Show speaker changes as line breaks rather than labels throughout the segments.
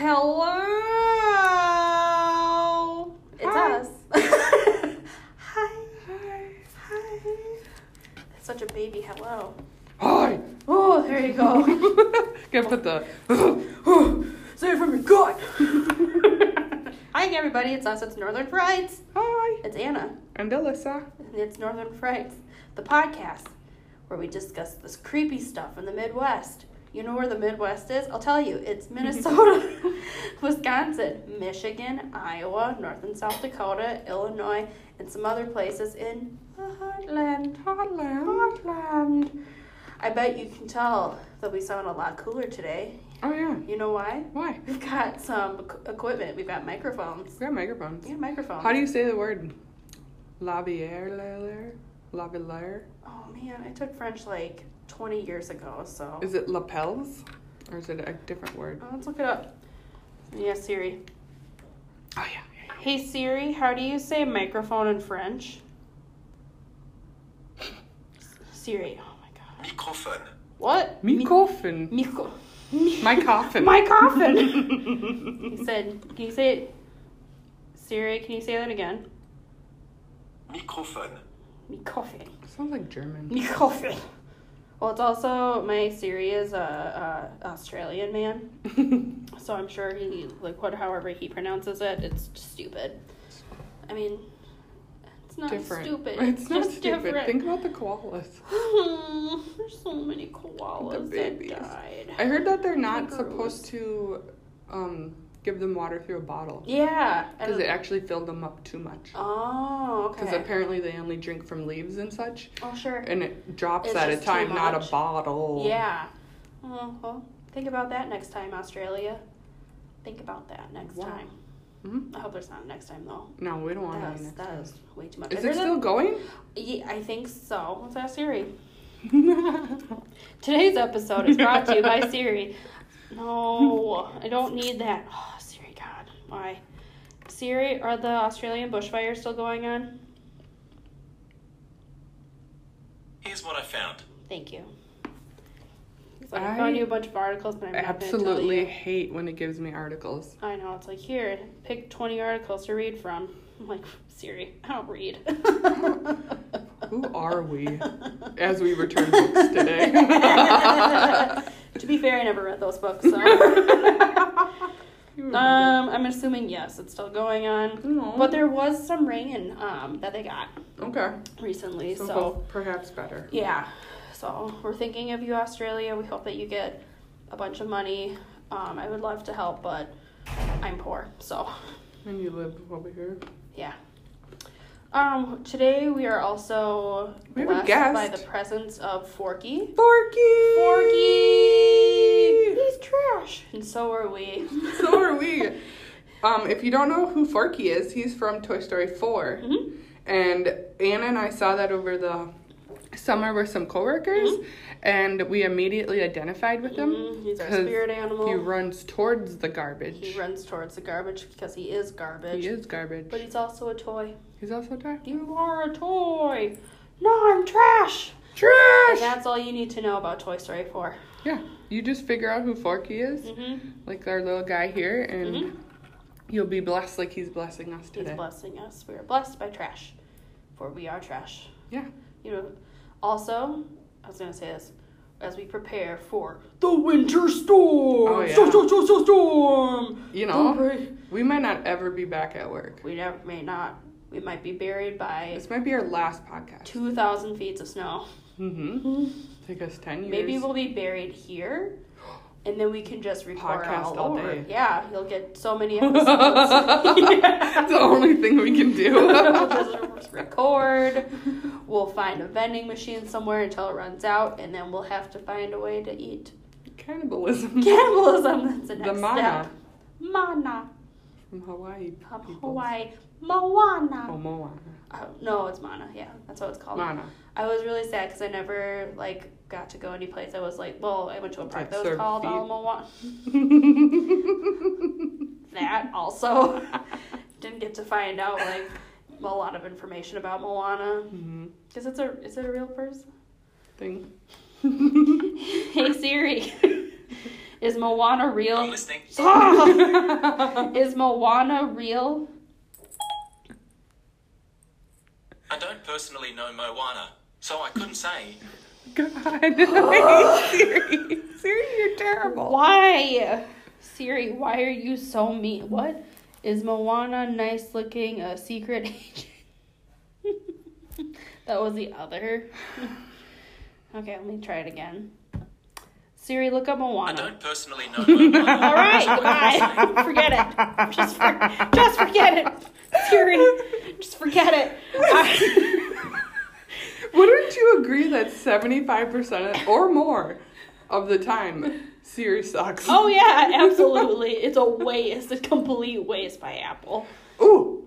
such a baby hello.
Hi!
Oh, there you go.
Gonna put the.
Say it from your gut. Hi, everybody. It's us. It's Northern Frights.
Hi!
It's Anna.
And Alyssa.
And it's Northern Frights, the podcast where we discuss this creepy stuff in the Midwest. You know where the Midwest is? I'll tell you. It's Minnesota, Wisconsin, Michigan, Iowa, North and South Dakota, Illinois, and some other places in the heartland.
Toddland.
Heartland. I bet you can tell that we sound a lot cooler today.
Oh, yeah.
You know why?
Why?
We've got some equ- equipment. We've got microphones.
We got microphones.
Yeah, microphones.
How do you say the word? Labier, Labier?
Oh man, I took French like 20 years ago, so.
Is it lapels? Or is it a different word?
Oh, let's look it up. Yeah, Siri.
Oh, yeah. yeah,
Hey Siri, how do you say microphone in French? S- Siri. Oh my god.
Microphone.
What?
yeah. Me coffin.
Mi- Mico.
My coffin.
My coffin. he said, "Can you say it?" Siri, can you say that again?
Microphone.
Mi coffin.
Sounds like German.
Mi coffin. Well, it's also my Siri is a, a Australian man. So I'm sure he like what however he pronounces it, it's stupid. I mean, it's not
different.
stupid.
It's not
just
stupid.
different.
Think about the koalas.
There's so many koalas
The babies.
that died.
I heard that they're not
Kangaroos.
supposed to um, give them water through a bottle
Yeah.
because
and-
it actually filled them up too much.
Oh, okay.
Because apparently they only drink from leaves and such,
oh, sure.
and it drops
It's
at a
just too
time, not a
much.
bottle.
Yeah. Oh, well, think about that next time, Australia. Think about that next
Wow.
time.
Mhm.
I hope there's not a next time though.
No, we don't want
That
any
was,
next
that
time.
was way too much.
Is it
There's a-
still going?
Yeah, I think so. What's that, Siri? Today's episode is brought to you by Siri. No, I don't need that. Oh, Siri, God, why? Siri, are the Australian bushfires still going on?
Here's what I found.
Thank you. So I,
I
found you a bunch of articles, but I'm
Absolutely
Not
hate when it gives me articles.
gonna tell you. I know it's like here, pick 20 articles to read from. I'm like Siri, I don't read.
Who are we? As we return books today.
to be fair, I never read those books. So.
You
Um, I'm assuming yes, it's still going on.
No.
But there was some rain um that they got
okay.
recently, so,
So, both perhaps better.
yeah. So we're thinking of you, Australia. We hope that you get a bunch of money. Um, I would love to help, but I'm poor, so
And you live over here.
yeah. Um, today we are also
We have a
blessed by
guest.
the presence of Forky.
Forky.
Forky, he's trash, and so are we.
So are we. Um, if you don't know who Forky is, he's from Toy Story 4.
Mhm.
And Anna and I saw that over the summer with some coworkers, and we immediately identified with him.
Mm, Mm-hmm. he's our
'cause
spirit animal.
He runs towards the garbage.
He runs towards the garbage because he is garbage.
He is garbage.
But he's also a toy.
he's also trash.
You are a toy. No, I'm trash. And
Trash!
that's all you need to know about Toy Story 4.
Yeah. You just figure out who Forky is,
Mm-hmm.
like our little guy here, and you'll be blessed like he's blessing us
He's
today.
blessing us. We are blessed by trash, for we are trash.
Yeah.
You know. Also, I was gonna say this as we prepare for the winter storm.
Oh, yeah.
Storm, storm, storm, storm, storm.
You know,
Don't
we might not ever be back at work.
We never, may not. We might be buried by
This might be our last podcast.
two thousand feet of snow.
Mm-hmm. Take us ten years.
Maybe we'll be buried here, and then we can just record
Podcast
all,
all
over.
day.
Yeah, you'll get so many episodes.
it's the only thing we can
we'll
do.
just record. We'll find a vending machine somewhere until it runs out, and then we'll have to find a way to eat.
Cannibalism
Cannibalism. That's the next
mana.
step. Mana
from Hawaii.
from
people.
Hawaii. Moana.
Oh, Moana.
Uh, no, it's mana. Yeah, that's what it's called.
Moana.
I was really sad because I never like got to go any place. I was like, well, I went to a park
Like
that was
surf
called uh,
feet.
Alamoana. that also. Didn't get to find out like a lot of information about Moana
hmm
because it's a is it a real person?
Thing.
Hey Siri, is Moana
I'm
real?
listening.
is Moana real?
I don't personally know Moana. so I couldn't say.
God, Are you serious? Siri, you're terrible.
Why? Siri, why are you so mean? What? Is Moana nice looking a secret agent? that was the other. okay, let me try it again. Siri, look up
I
Moana.
don't personally know. Moana.
All right, goodbye. forget it. Just, for, just forget it. Siri, just forget it. Uh,
Wouldn't you agree that 75% or more of the time, Siri sucks?
oh, yeah, absolutely. It's a waste, a complete waste by Apple.
Ooh,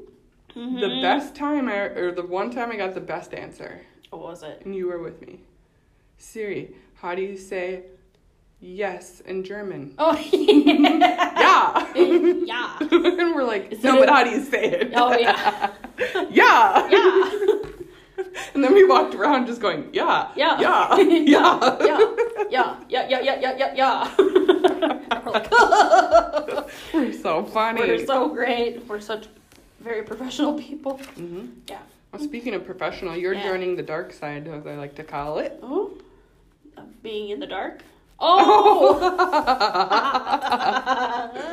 the
Mm-hmm.
best time, I, or the one time I got the best answer,
What was it?
and you were with me. Siri, how do you say yes in German?
Oh, yeah.
Yeah!
yeah.
and we're like,
Instead
no,
of-
but how do you say it?
Oh, yeah.
yeah!
Yeah.
And then we walked around just going, yeah,
Yeah.
yeah, yeah.
yeah, yeah, yeah, yeah, yeah, yeah, yeah, yeah. We're like,
We're so funny.
We're so great. We're such very professional people.
hmm
Yeah.
well, speaking of professional, you're
Yeah.
joining the dark side, as I like to call it.
Oh, of being in the dark. Oh.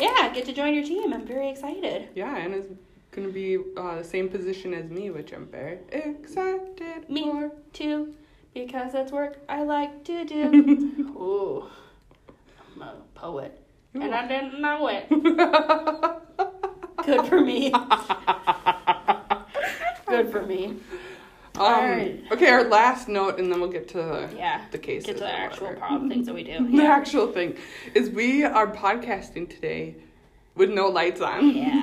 yeah, get to join your team. I'm very excited.
yeah, and it's gonna be uh, the same position as me, which I'm very excited
Me
for.
too, because that's work I like to do. Ooh, I'm a poet, and I didn't know it. Good for me. Good for me.
Um,
Alright.
Okay, our last note, and then we'll get to the,
Yeah.
the cases.
Get to the
or
actual
whatever.
problem things that we do.
The
Yeah.
actual thing is we are podcasting today with no lights on.
Yeah.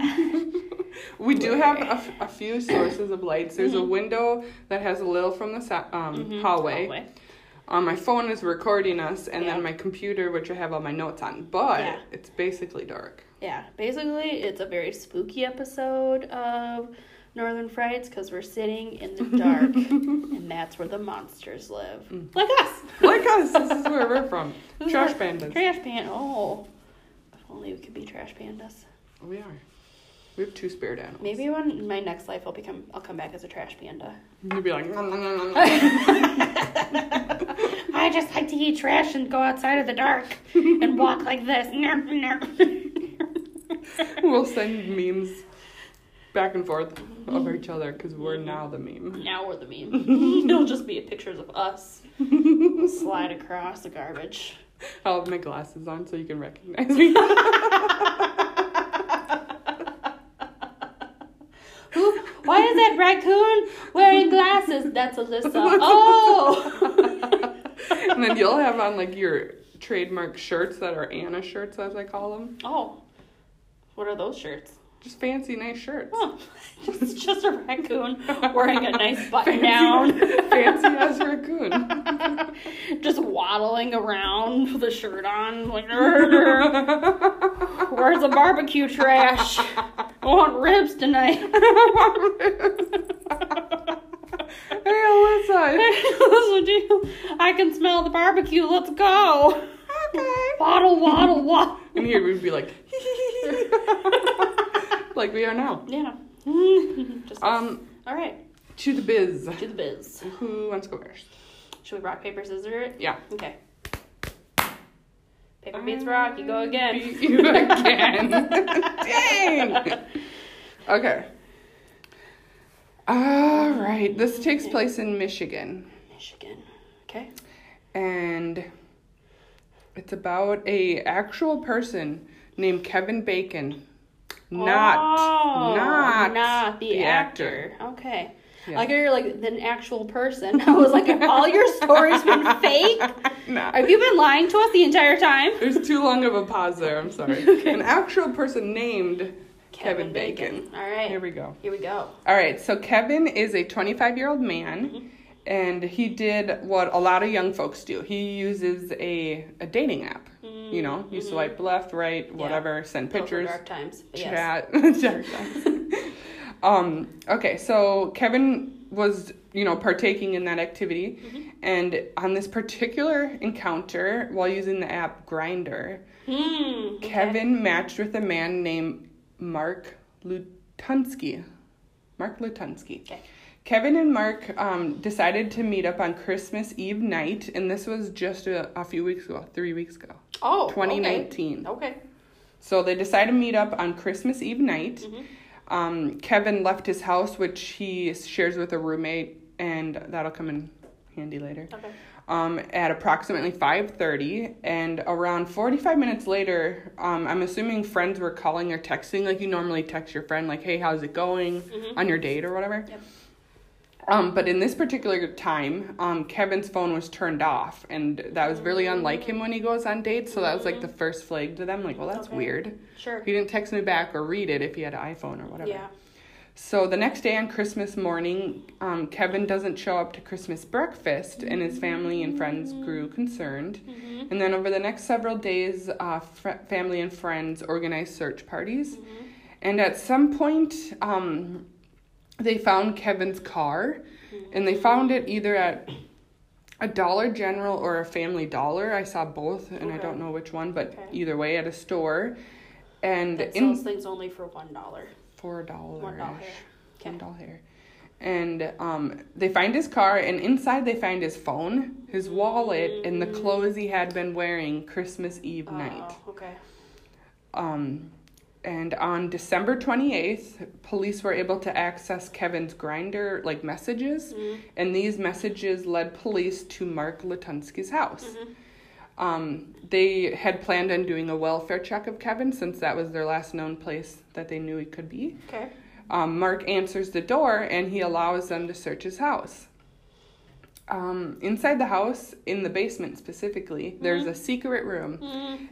We do have a, f- a few sources of lights. There's a window that has a little from the sa- um, hallway.
Mm-hmm. Hallway.
Um, my phone is recording us, and
Yeah.
then my computer, which I have all my notes on. But
Yeah.
it's basically dark.
Yeah. Basically, it's a very spooky episode of Northern Frights because we're sitting in the dark, and that's where the monsters live,
Mm.
like us.
Like us, this is where we're from.
This is
Trash
where-
pandas.
Trash pan. Oh, if only we could be trash pandas.
We are. We have two spirit animals.
Maybe when in my next life, I'll become. I'll come back as a trash panda.
You'd be like, nom, nom, nom, nom.
I just like to eat trash and go outside of the dark and walk like this. Nerp, nerp.
we'll send memes back and forth
Mm.
of each other because we're now the meme.
now we're the meme. It'll just be pictures of us slide across the garbage.
I'll have my glasses on so you can recognize me.
Who? Why is that raccoon wearing glasses? That's Alyssa. Oh.
and then you'll have on like your trademark shirts that are Anna shirts, as I call them.
oh. What are those shirts?
Just fancy, nice shirts.
Oh, it's just a raccoon wearing a nice button down.
fancy as raccoon.
just waddling around with a shirt on, like, "Arr, where's the barbecue trash? I want ribs tonight.
hey, Alyssa.
Listen, dude, I can smell the barbecue. Let's go.
Okay.
Waddle, waddle, waddle.
And here we'd be like, like we are now.
Yeah. just,
Um,
all right,
to the biz.
do the biz.
Who wants to go first?
Should we rock, paper, scissors it?
Yeah.
Okay. Paper beats rock, you go again.
Beat Um, you again. Dang. Okay. All right. This takes place in Michigan,
Michigan. Okay.
and it's about a actual person named Kevin Bacon. Not,
Oh,
not,
not the,
the
actor. Okay.
Yeah.
Like you're like an actual person. I was like, have all your stories been fake?
Nah.
Have you been lying to us the entire time?
There's too long of a pause there. I'm sorry. An actual person named Kevin, Bacon.
All right.
Here we go.
Here we go.
All right, so Kevin is a 25 year old
Mm-hmm.
man, and he did what a lot of young folks do. He uses a, a dating app.
Mm-hmm.
You know, you swipe left, right, whatever, send
Those were
pictures,
Dark times. but Yes.
chat. Dark times. um, okay, so Kevin was, you know, partaking in that activity,
Mm-hmm.
and on this particular encounter while using the app Grinder,
Hmm. okay.
Kevin matched with a man named Mark Lutonsky. Mark Lutonsky.
Okay.
Kevin and Mark um, decided to meet up on Christmas Eve night, and this was just a, a few weeks ago, three weeks ago,
Oh, okay.
2019.
Okay.
So they decided to meet up on Christmas Eve night.
Mhm.
Um, Kevin left his house, which he shares with a roommate, and that'll come in handy later.
Okay.
Um, at approximately five thirty, and around forty five minutes later, um, I'm assuming friends were calling or texting, like you normally text your friend, like, "Hey, how's it going on your date or whatever."
Mm-hmm. Yep.
Um, but in this particular time, um, Kevin's phone was turned off, and that was
Oh.
really unlike him when he goes on dates. So that was like the first flag to them, like, "Well, that's
Mm-hmm. Okay.
weird."
Sure.
He didn't text me back or read it if he had an iPhone or whatever.
Yeah.
So the next day on Christmas morning, um, Kevin doesn't show up to Christmas breakfast, and his family and friends grew concerned.
Mm-hmm.
And then over the next several days, uh, fr- family and friends organized search parties.
Mm-hmm.
And at some point, um, they found Kevin's car, and they found it either at a Dollar General or a Family Dollar. I saw both, and I
Okay.
don't know which one, but
Okay.
either way, at a store. And
That
in
sells things only for one dollar.
four dollars.
One dollar. Okay.
One dollar. And um, they find his car, and inside they find his phone, his wallet, and the
Mm.
clothes he had been wearing Christmas Eve night.
Oh, okay.
Um, and on December 28th, police were able to access Kevin's grinder like messages,
Mm-hmm.
and these messages led police to Mark Latunsky's house.
Mm-hmm.
Um, they had planned on doing a welfare check of Kevin since that was their last known place that they knew he could be.
Okay.
Um, Mark answers the door and he allows them to search his house. Um, inside the house, in the basement specifically, there's a secret room,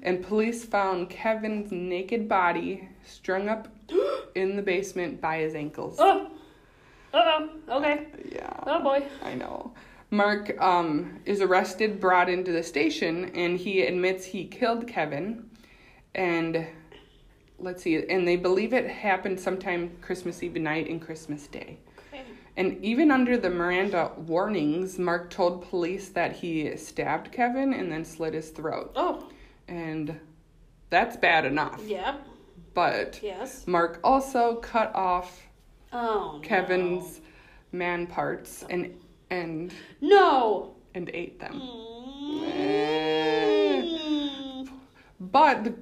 and police found Kevin's naked body strung up in the basement by his ankles.
Oh. Uh oh. Okay.
Yeah,
Oh boy.
I know. Mark um, is arrested, brought into the station, and he admits he killed Kevin. And let's see, and they believe it happened sometime Christmas Eve night and Christmas Day.
Okay.
And even under the Miranda warnings, Mark told police that he stabbed Kevin and then slit his throat.
Oh.
And that's bad enough.
Yeah.
But
Yes.
Mark also cut off
Oh.
Kevin's man parts and and
No.
and ate them.
Mm.
But the,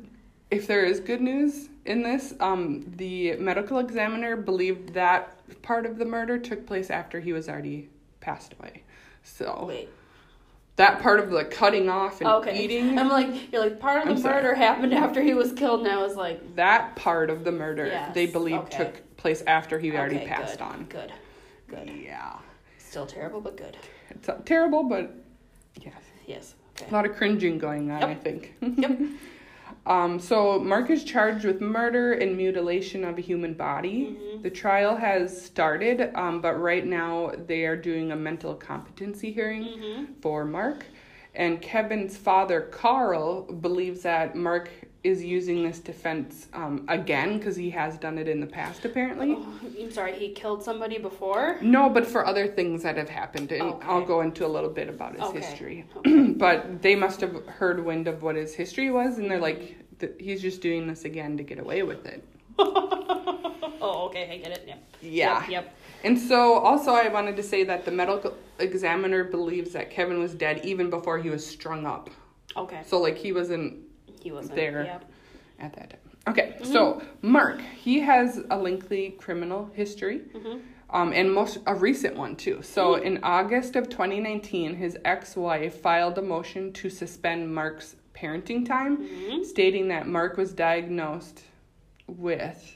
if there is good news in this, um, the medical examiner believed that part of the murder took place after he was already passed away. So
Wait.
that part of the cutting off and
Okay.
eating
I'm like, you're like, part of the
I'm sorry.
murder happened after he was killed, and I was like,
that part of the murder
Yes,
they believe
okay.
took place after he already
okay,
passed
good,
on
Good. Good.
yeah
Still terrible, but good.
it's uh, terrible but yes
Yes.
a
Okay.
lot of cringing going on
Yep.
i think
Yep.
um, so mark is charged with murder and mutilation of a human body
Mm-hmm.
the trial has started um, but right now they are doing a mental competency hearing
Mm-hmm.
for mark and kevin's father carl believes that mark is using this defense um, again because he has done it in the past apparently
Oh, I'm sorry. He killed somebody before.
No, but for other things that have happened, and
Okay.
I'll go into a little bit about his
Okay.
history. but they must have heard wind of what his history was, and they're like, "Th- he's just doing this again to get away with it.
oh, okay. I get it. Yep.
Yeah.
Yep. yep.
And so, also, I wanted to say that the medical examiner believes that Kevin was dead even before he was strung up.
Okay.
So, like, he wasn't
He wasn't
there.
Yep. Mm-hmm.
at that time. Okay, so Mark, he has a lengthy criminal history,
Mm-hmm.
um, and most a recent one too. So in August of 2019, his ex-wife filed a motion to suspend Mark's parenting time,
Mm-hmm.
stating that Mark was diagnosed with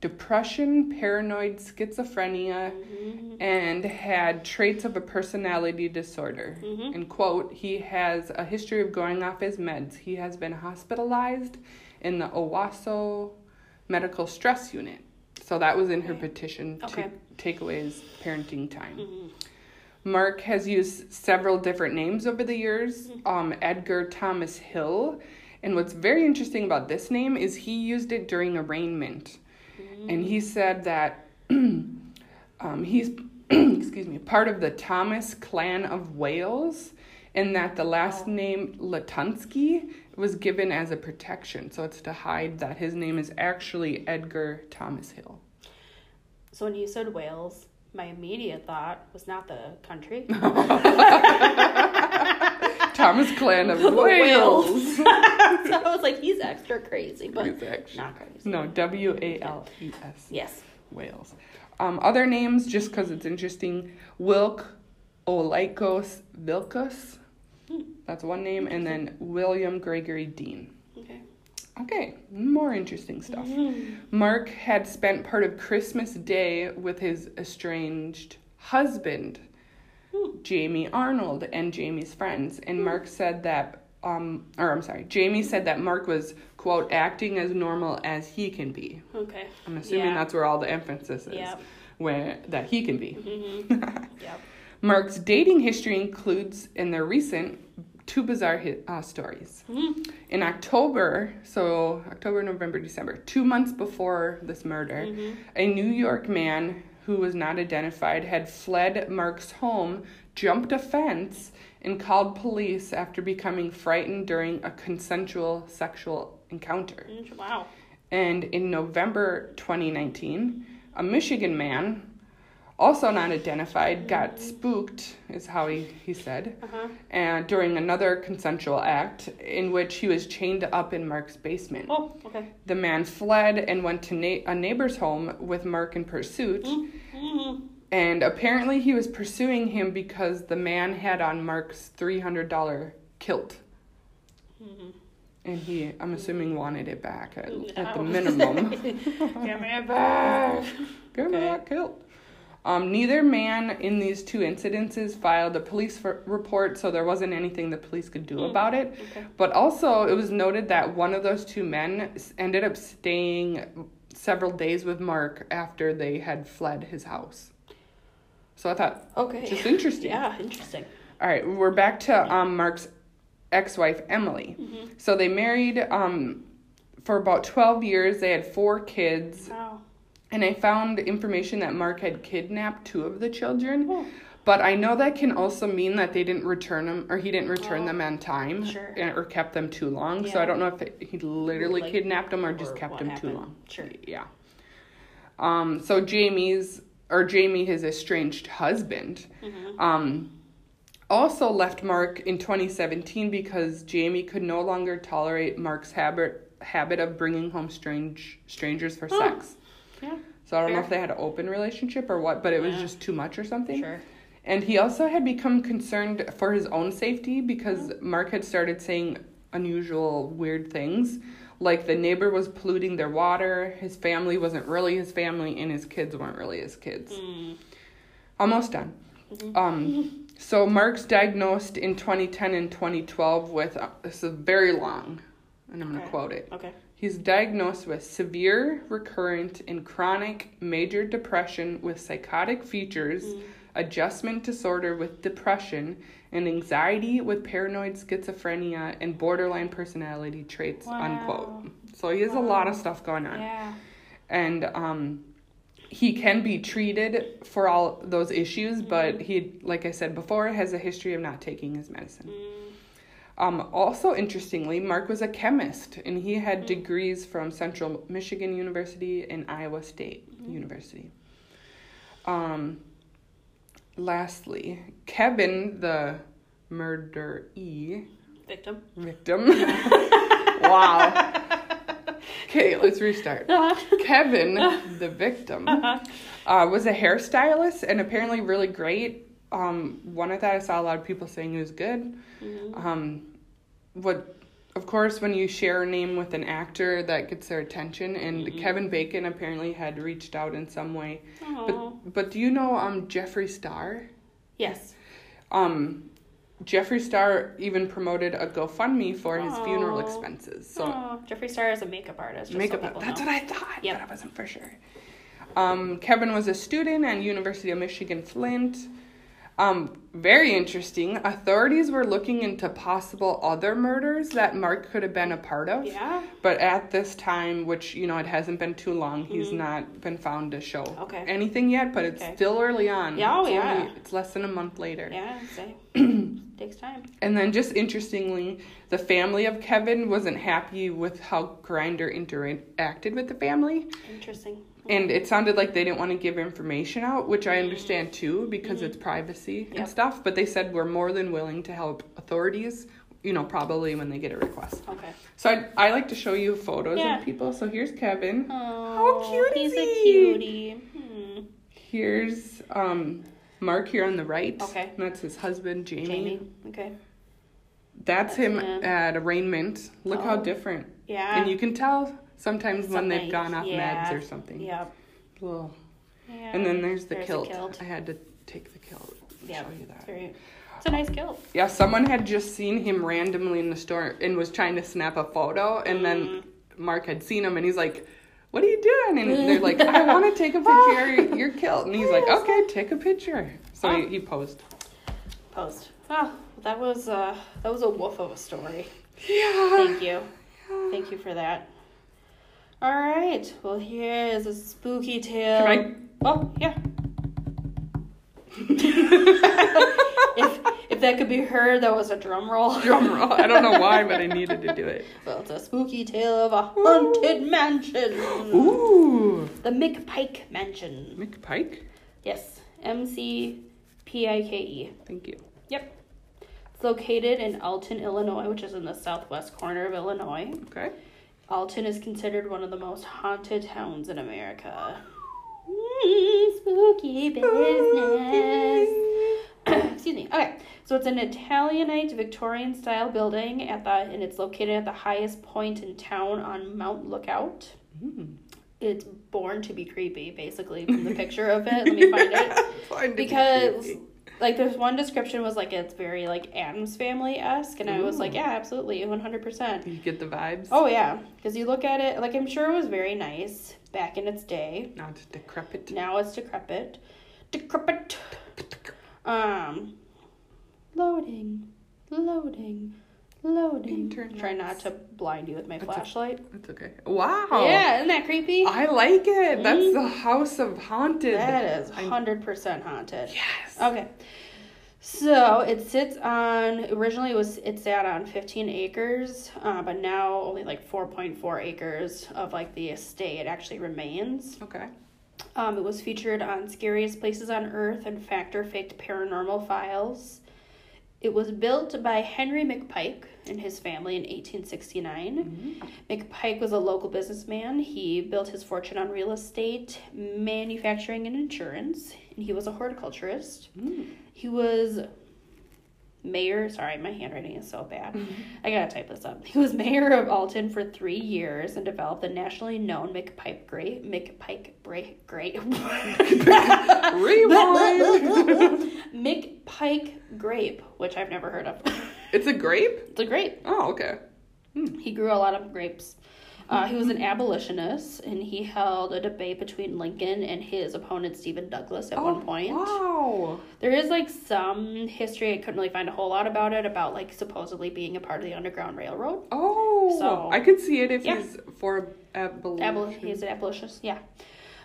depression, paranoid schizophrenia,
Mm-hmm.
and had traits of a personality disorder.
Mm-hmm.
And quote, he has a history of going off his meds. He has been hospitalized in the Owasso Medical Stress Unit. So that was in her petition to
Okay. Mm-hmm.
take away his parenting time. Mark has used several different names over the years. Um, Edgar Thomas Hill. And what's very interesting about this name is he used it during arraignment. And he said that um, he's, excuse me, part of the Thomas clan of Wales, and that the last name Latunsky was given as a protection. So it's to hide that his name is actually Edgar Thomas Hill.
So when you said Wales, my immediate thought was not the country.
Thomas Glenn of
The whales.
Wales.
so I was like, he's extra crazy, but
He's extra-
not crazy.
No, W A L E S.
Yes.
Wales. Um, other names, just because it's interesting Wilk, Olikos, Vilkos. That's one name. And then William Gregory Dean.
Okay.
Okay, more interesting stuff.
Mm-hmm.
Mark had spent part of Christmas Day with his estranged husband,
Hmm.
Jamie Arnold, and Jamie's friends. And Mark said that, um, or I'm sorry, Jamie said that Mark was, quote, acting as normal as he can be.
Okay.
I'm assuming
Yeah.
that's where all the emphasis is,
Yep.
where that he can be.
Mm-hmm. yep.
Mark's dating history includes, in their recent, two bizarre hit, uh, stories.
Mhm.
In October, so October, November, December, two months before this murder,
Mm-hmm.
a New York man who was not identified had fled Mark's home, jumped a fence, and called police after becoming frightened during a consensual sexual encounter.
Mm, Wow.
And in November 2019, a Michigan man, also not identified, got spooked, is how he, he said,
Uh-huh.
and during another consensual act in which he was chained up in Mark's basement.
Oh, okay.
The man fled and went to na- a neighbor's home with Mark in pursuit.
Mm-hmm.
And apparently, he was pursuing him because the man had on Mark's $300 kilt.
Mm-hmm.
And he, I'm assuming, wanted it back at, at the
Ow.
minimum.
Give me a back.
Give me
Okay.
that kilt. Ah, Um, neither man in these two incidences filed a police r- report, so there wasn't anything the police could do about it.
Hmm. Okay.
But also, it was noted that one of those two men s- ended up staying several days with Mark after they had fled his house. So I thought,
Okay.
just interesting.
Yeah, interesting.
All right, we're back to um, Mark's ex wife, Emily.
Mm-hmm.
So they married um, for about 12 years, they had four kids.
Wow.
And I found information that Mark had kidnapped two of the
Oh.
children. But I know that can also mean that they didn't return them or he didn't return
Oh,
them on time
sure.
and- or kept them too long. So I
Yeah.
don't know if it, he literally
Like,
kidnapped them or just
or
kept
what
them too
happened.
long.
Sure.
Yeah. Um, so Jamie's or Jamie, his estranged husband,
Mm-hmm.
um, also left Mark in 2017 because Jamie could no longer tolerate Mark's habit habit of bringing home strange strangers for
Huh.
sex.
Yeah.
So I don't know
Fair.
if they had an open relationship or what, but it was
Yeah.
just too much or something.
Sure.
And he also had become concerned for his own safety
Oh.
because Mark had started saying unusual, weird things. Like the neighbor was polluting their water, his family wasn't really his family, and his kids weren't really his kids.
Mm.
Almost done.
Mm-hmm.
Um, so Mark's diagnosed in 2010 and 2012 with uh, this is very long, and I'm going to
Okay.
quote it.
Okay.
He's diagnosed with severe, recurrent, and chronic major depression with psychotic features, adjustment disorder with depression, and anxiety with paranoid schizophrenia and borderline personality traits,
Wow.
unquote. So he has a lot of stuff going on.
Yeah.
And um, he can be treated for all those issues, but he, like I said before, has a history of not taking his medicine.
Mm.
Um, also, interestingly, Mark was a chemist and he had degrees from Central Michigan University and Iowa State University. Um, lastly, Kevin, the murder E
Victim.
victim. wow. Okay, let's restart. Kevin, the victim, uh, was a hairstylist and apparently really great. Um, one of that I saw a lot of people saying he was good.
Mm-hmm.
Um, what, of course, when you share a name with an actor, that gets their attention. And
Mm-hmm.
Kevin Bacon apparently had reached out in some way.
Oh.
But but do you know um Jeffree Star?
Yes.
Um, Jeffree Star even promoted a GoFundMe for his funeral
Aw.
expenses. So
Oh, Jeffree Star is a makeup artist. just so
makeup.
people
that's
know.
what I thought,
Yep.
but I wasn't for sure. Um, Kevin was a student at University of Michigan Flint. Um, very interesting. Authorities were looking into possible other murders that Mark could have been a part of.
Yeah.
But at this time, which you know it hasn't been too long, he's not been found to show
Mm-hmm. Okay.
anything yet. But it's
Okay.
still early on.
Yeah, oh,
it's
yeah.
It's less than a month later.
Yeah. I'd Say. Takes time.
And then, just interestingly, the family of Kevin wasn't happy with how Grinder interacted with the family.
Interesting.
And it sounded like they didn't want to give information out, which I understand too because it's privacy
Mm-hmm. Yep.
and stuff. But they said we're more than willing to help authorities, you know, probably when they get a request.
Okay.
So I, I like to show you photos
Yeah.
of people. So here's Kevin.
Oh,
cute
he's
is
a
he?
cutie. Hmm.
Here's um, Mark here on the right.
Okay.
And that's his husband, Jamie.
Jamie. Okay.
That's,
That's
him
him.
at arraignment. Look how
Oh.
different.
Yeah.
and you can tell sometimes when
Something,
they've gone off
yeah.
meds or something.
Yeah.
Well,
yeah.
and then there's the
There's the
kilt.
kilt.
I had to take the kilt. and
yeah.
Show you that.
It's, very, it's a nice kilt.
Yeah, someone had just seen him randomly in the store and was trying to snap a photo, and
Mm.
then Mark had seen him, and he's like, "What are you doing?" And they're like, "I want to take a picture. of Your kilt." And he's like, "Okay, take a picture." So he, he posed.
Post. Oh, that was uh, that was a woof of a story.
Yeah.
Thank you. Thank you for that. All right. Well, here is a spooky tale.
Can
Oh, yeah.
I?
If if that could be heard, that was a drum roll.
Drum roll. I don't know why, but I needed to do it.
Well, it's a spooky tale of a haunted mansion.
Ooh,
The McPike Mansion.
McPike.
Yes, M C P I K E.
Thank you.
Yep. It's located in Alton, Illinois, which is in the southwest corner of Illinois.
Okay.
Alton is considered one of the most haunted towns in America. Mm, spooky business. Excuse me. Okay, so it's an Italianate Victorian style building at the, and it's located at the highest point in town on Mount Lookout.
Mm.
It's born to be creepy, basically, from the picture of it. Let me find it.
Find it
because
creepy.
like there's one description was like it's very like Adams family esque, and I was like, yeah, absolutely, one hundred percent.
you get the vibes.
Oh yeah, because you look at it, like I'm sure it was very nice back in its day.
Not decrepit.
Now it's decrepit, decrepit. Um, loading, loading, loading.
Internet.
Try not to blind you with my
That's a-
flashlight.
That's okay. Wow.
Yeah, isn't that creepy?
Oh. I like it.
Mhm.
That's the house of haunted.
that is
I'm-
hundred percent haunted.
yes.
Okay. So it sits on originally it was it sat on 15 acres, uh, but now only like 4.4 acres of like the estate actually remains.
Okay.
Um, it was featured on Scariest Places on Earth and Factor Faked Paranormal Files. It was built by Henry McPike and his family in
Mm-hmm.
1869. McPike was a local businessman. He built his fortune on real estate, manufacturing, and insurance, and he was a horticulturist.
Mm.
He was mayor. Sorry, my handwriting is so bad. I gotta type this up. He was mayor of Alton for three years and developed the nationally known McPike Great McPike Break Great
Rewind.
McPike Grape, which I've never heard of.
it's a grape.
It's a grape.
Oh, okay.
He grew a lot of grapes. Uh, he was an abolitionist, and he held a debate between Lincoln and his opponent Stephen Douglas at
One
one point.
Wow.
There is like some history. I couldn't really find a whole lot about it about like supposedly being a part of the Underground Railroad.
Oh.
So-
I could see it if
Yeah.
he's for abolition.
Abol- he's an abolitionist. Yeah.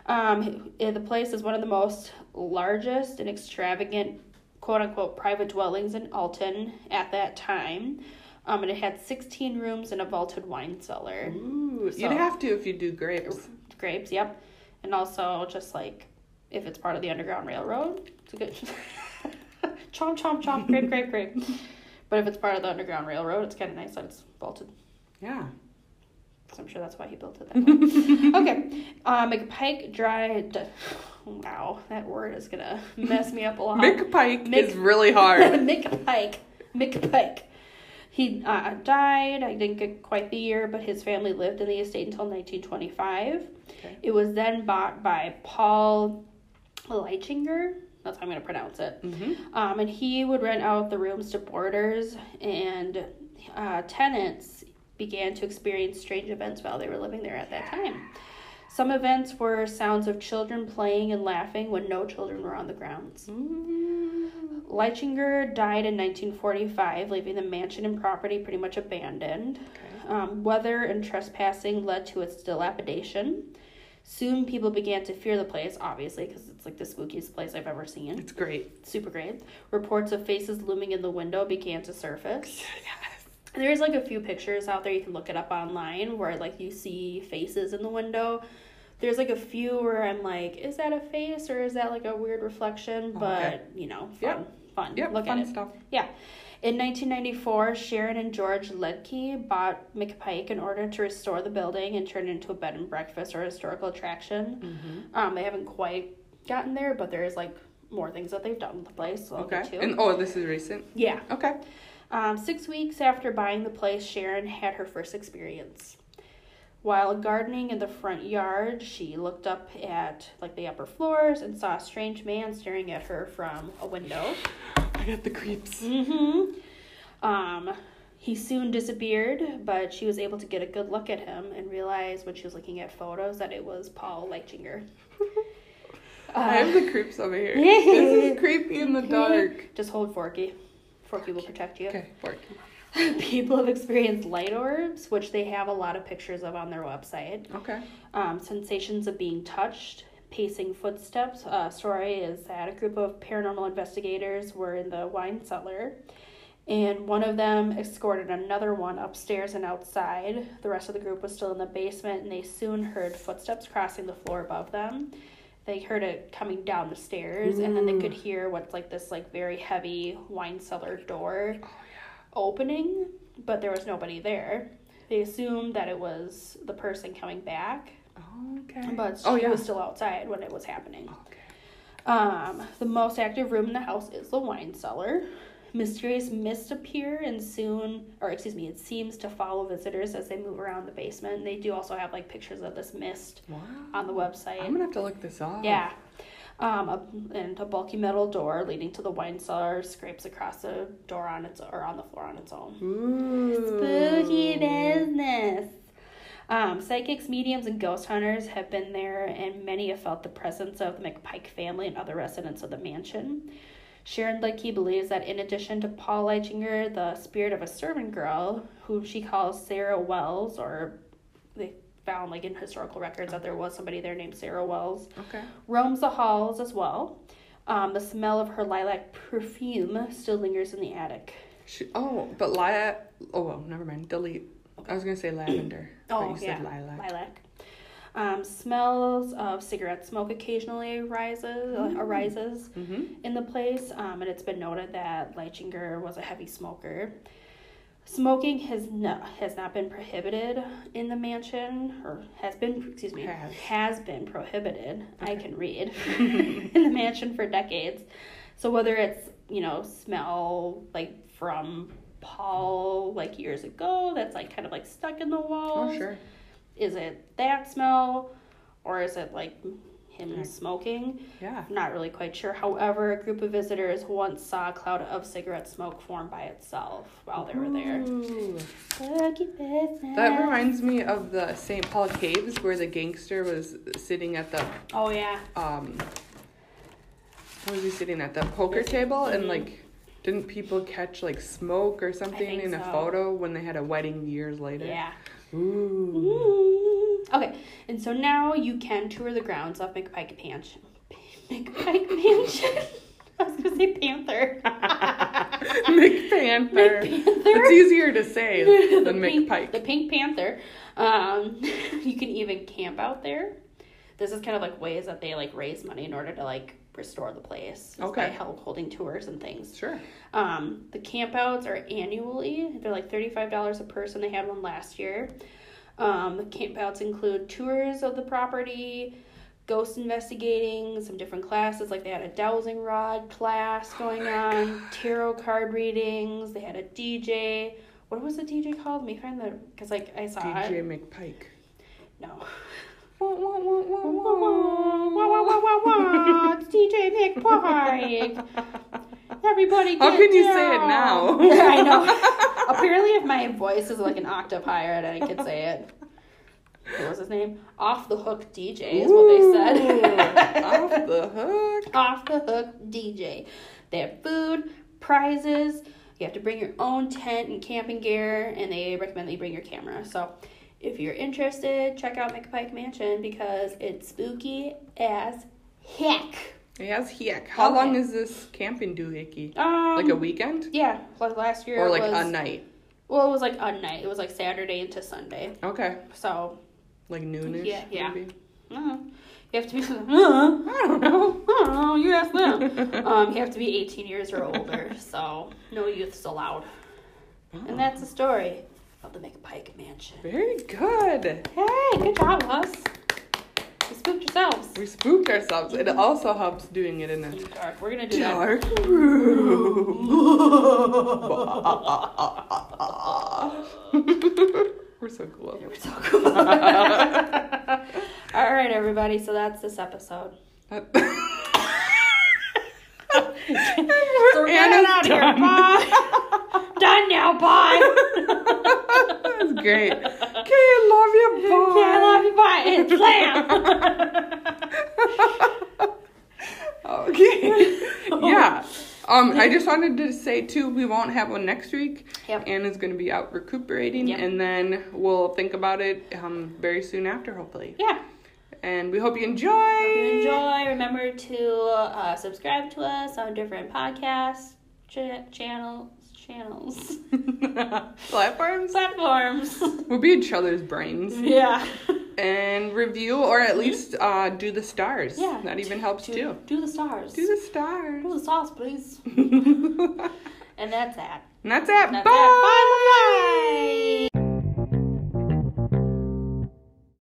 Um, eh, the place is one of the most largest and extravagant, quote unquote, private dwellings in Alton at that time. Um, and it had 16 rooms and a vaulted wine cellar.
Mm-hmm. Ooh,
So-
you'd have to if you do grapes.
Grapes, yep. And also just like if it's part of the Underground Railroad, it's a good chomp chomp chomp grape grape grape. But if it's part of the Underground Railroad, it's kind of nice that it's vaulted.
Yeah.
'cause I'm sure that's why he built it that way. okay, uh, McPike Drive. Wow, that word is gonna mess me up a lot.
McPike
Uh-huh. Mick-
is really hard.
McPike. McPike. He uh, died. I didn't get quite the year, but his family lived in the estate until 1925.
Okay.
It was then bought by Paul Leichinger. That's how I'm going to pronounce it.
hmm
Um, and he would rent out the rooms to boarders, and uh, tenants began to experience strange events while they were living there at that time. Some events were sounds of children playing and laughing when no children were on the grounds.
Mm-hmm.
Leichinger died in 1945, leaving the mansion and property pretty much abandoned.
Okay.
Um, weather and trespassing led to its dilapidation. Soon, people began to fear the place, obviously, because it's like the spookiest place I've ever seen.
It's great.
Super great. Reports of faces looming in the window began to surface. There's like a few pictures out there you can look it up online where like you see faces in the window. there's like a few where I'm like, is that a face or is that like a weird reflection? But
Okay.
you know, fun,
Yep.
fun.
Yep,
Look
fun
at it.
stuff.
Yeah. In 1994, Sharon and George Ledke bought McPike in order to restore the building and turn it into a bed and breakfast or historical attraction.
Mm-hmm.
Um, they haven't quite gotten there, but there is like more things that they've done with the place. So I'll
Okay.
get to.
And oh, this is recent.
yeah.
Okay.
Um, six weeks after buying the place, Sharon had her first experience. While gardening in the front yard, she looked up at like the upper floors and saw a strange man staring at her from a window.
I got the creeps.
Mm-hmm. Um, he soon disappeared, but she was able to get a good look at him and realize when she was looking at photos that it was Paul Uh, Leitchinger.
I have the creeps over here. this is creepy in the dark.
Just hold Forky. Forky will protect you.
Okay, Forky.
People have experienced light orbs, which they have a lot of pictures of on their website.
Okay.
um, sensations of being touched, pacing footsteps. Uh, story is that a group of paranormal investigators were in the wine cellar, and one of them escorted another one upstairs and outside. The rest of the group was still in the basement, and they soon heard footsteps crossing the floor above them. They heard it coming down the stairs, and then they could hear what's like this like very heavy wine cellar door opening, but there was nobody there. They assumed that it was the person coming back,
Okay.
but she
oh yeah.
was still outside when it was happening.
okay.
Um, the most active room in the house is the wine cellar. Mysterious mists appear and soon, or excuse me, it seems to follow visitors as they move around the basement. They do also have like pictures of this mist
Wow.
on the website.
I'm gonna have to look this up.
Yeah. Um, a, and a bulky metal door leading to the wine cellar scrapes across the door on its or on the floor on its own.
Ooh.
Spooky business. Um, psychics, mediums, and ghost hunters have been there, and many have felt the presence of the McPike family and other residents of the mansion. Sharon Leckie believes that in addition to Paul Leichinger, the spirit of a servant girl, whom she calls Sarah Wells, or they found like in historical records that there was somebody there named Sarah Wells,
Okay.
roams the halls as well. Um, the smell of her lilac perfume still lingers in the attic.
She, oh, but li. Oh well, never mind. Delete. I was gonna say lavender. but
Oh,
you
yeah.
said lilac.
Um, smells of cigarette smoke occasionally rises uh,
Mm.
arises
Mm-hmm.
in the place, um, and it's been noted that Leichinger was a heavy smoker. Smoking has no, has not been prohibited in the mansion, or has been excuse me
Has.
been prohibited. I can read in the mansion for decades. So whether it's you know smell like from Paul like years ago that's like kind of like stuck in the walls
Oh sure.
is it that smell or is it like
Mm.
him smoking
Yeah.
i'm not really quite sure however a group of visitors once saw a cloud of cigarette smoke form by itself while they were there
Ooh.
Spooky business.
That reminds me of the St. Paul Caves where the gangster was sitting at the
oh yeah
um what was he sitting at the poker table and like didn't people catch like smoke or something
Mm-hmm. think
in a
so.
photo when they had a wedding years later?
yeah
Ooh.
Mm. okay and so now you can tour the grounds of mcpike mansion mcpike mansion i was gonna say panther
McPanther.
McPanther?
It's easier to say
the
than
pink, The
McPike.
Pink Panther. Um, you can even camp out there. This is kind of like ways that they like raise money in order to like restore the place. is By
Okay.
held holding tours and things.
Sure.
Um, the campouts are annually. They're like thirty five dollars a person. They had one last year. Um, the campouts include tours of the property, ghost investigating, some different classes. Like they had a dowsing rod class going on, tarot card readings. They had a DJ. What was the DJ called? Let me find the because like I saw
DJ
it.
McPike.
No.
Wah, wah, wah, wah,
Wah, wah,
wah.
wah, wah, wah, wah. It's DJ McPike. Everybody,
How
get
can you say it
down.
now?
I know. Apparently, if my voice is like an octave higher, then I could say it. What was his name? Off the hook DJ is what they said.
Ooh, Off the hook.
Off the hook DJ. They have food, prizes. You have to bring your own tent and camping gear, and they recommend that you bring your camera. So, if you're interested, check out McPike Mansion because it's spooky as heck.
It has hick. How
Okay.
long is this camping doohickey?
Um,
Like a weekend?
Yeah, like last year.
Or
it
like
was,
a night?
Well, it was like a night. It was like Saturday into Sunday.
Okay.
So
Like noonish?
Yeah, yeah.
Maybe?
Uh-huh. You have to be. Uh,
I don't know.
I don't know. You ask them. um, you have to be 18 years or older, so no youths allowed. And that's the story of the McPike Mansion.
Very good.
Hey, good job, us. You spooked yourselves.
We spooked ourselves. It also helps doing it in a
Dark. We're gonna do that.
dark room. We're so cool.
We're so cool. All right, everybody. So that's this episode.
That-
So we're getting
Anna's
out of here.
done.
Bye. done now. Bye.
That's great. Okay, I love you. Bye.
Okay, I love you. Bye. And slam.
Okay. yeah. Um, I just wanted to say too, we won't have one next week.
Yep.
Anna's going to be out recuperating,
Yep.
and then we'll think about it um, very soon after, hopefully.
yeah.
And we hope you enjoy.
Hope you enjoy. Remember to uh, subscribe to us on different podcast ch- channels, channels,
Platforms.
platforms.
We'll be each other's brains.
yeah.
And review, or at least uh, do the stars.
Mm-hmm. Yeah.
That even helps too.
Do the stars.
Do the stars.
Do the stars, please. And that's that.
and that's it.
That's
Bye.
that. Bye. Bye.